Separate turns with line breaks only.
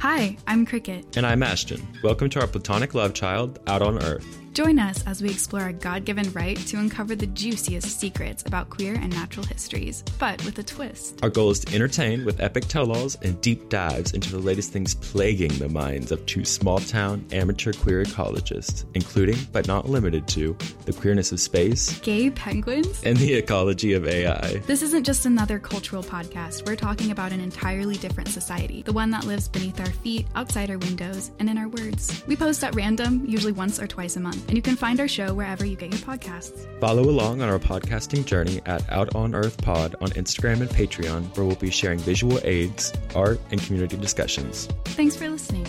Hi, I'm Cricket.
And I'm Ashton. Welcome to our platonic love child, Out on Earth.
Join us as we explore our God given right to uncover the juiciest secrets about queer and natural histories, but with a twist.
Our goal is to entertain with epic tell alls and deep dives into the latest things plaguing the minds of two small town amateur queer ecologists, including, but not limited to, the queerness of space
Gay penguins?
and the ecology of AI.
This isn't just another cultural podcast. We're talking about an entirely different society, the one that lives beneath our feet, outside our windows, and in our words. We post at random, usually once or twice a month, and you can find our show wherever you get your podcasts.
Follow along on our podcasting journey at Out on Earth Pod on Instagram and Patreon, where we'll be sharing visual aids, art, and community discussions.
Thanks for listening.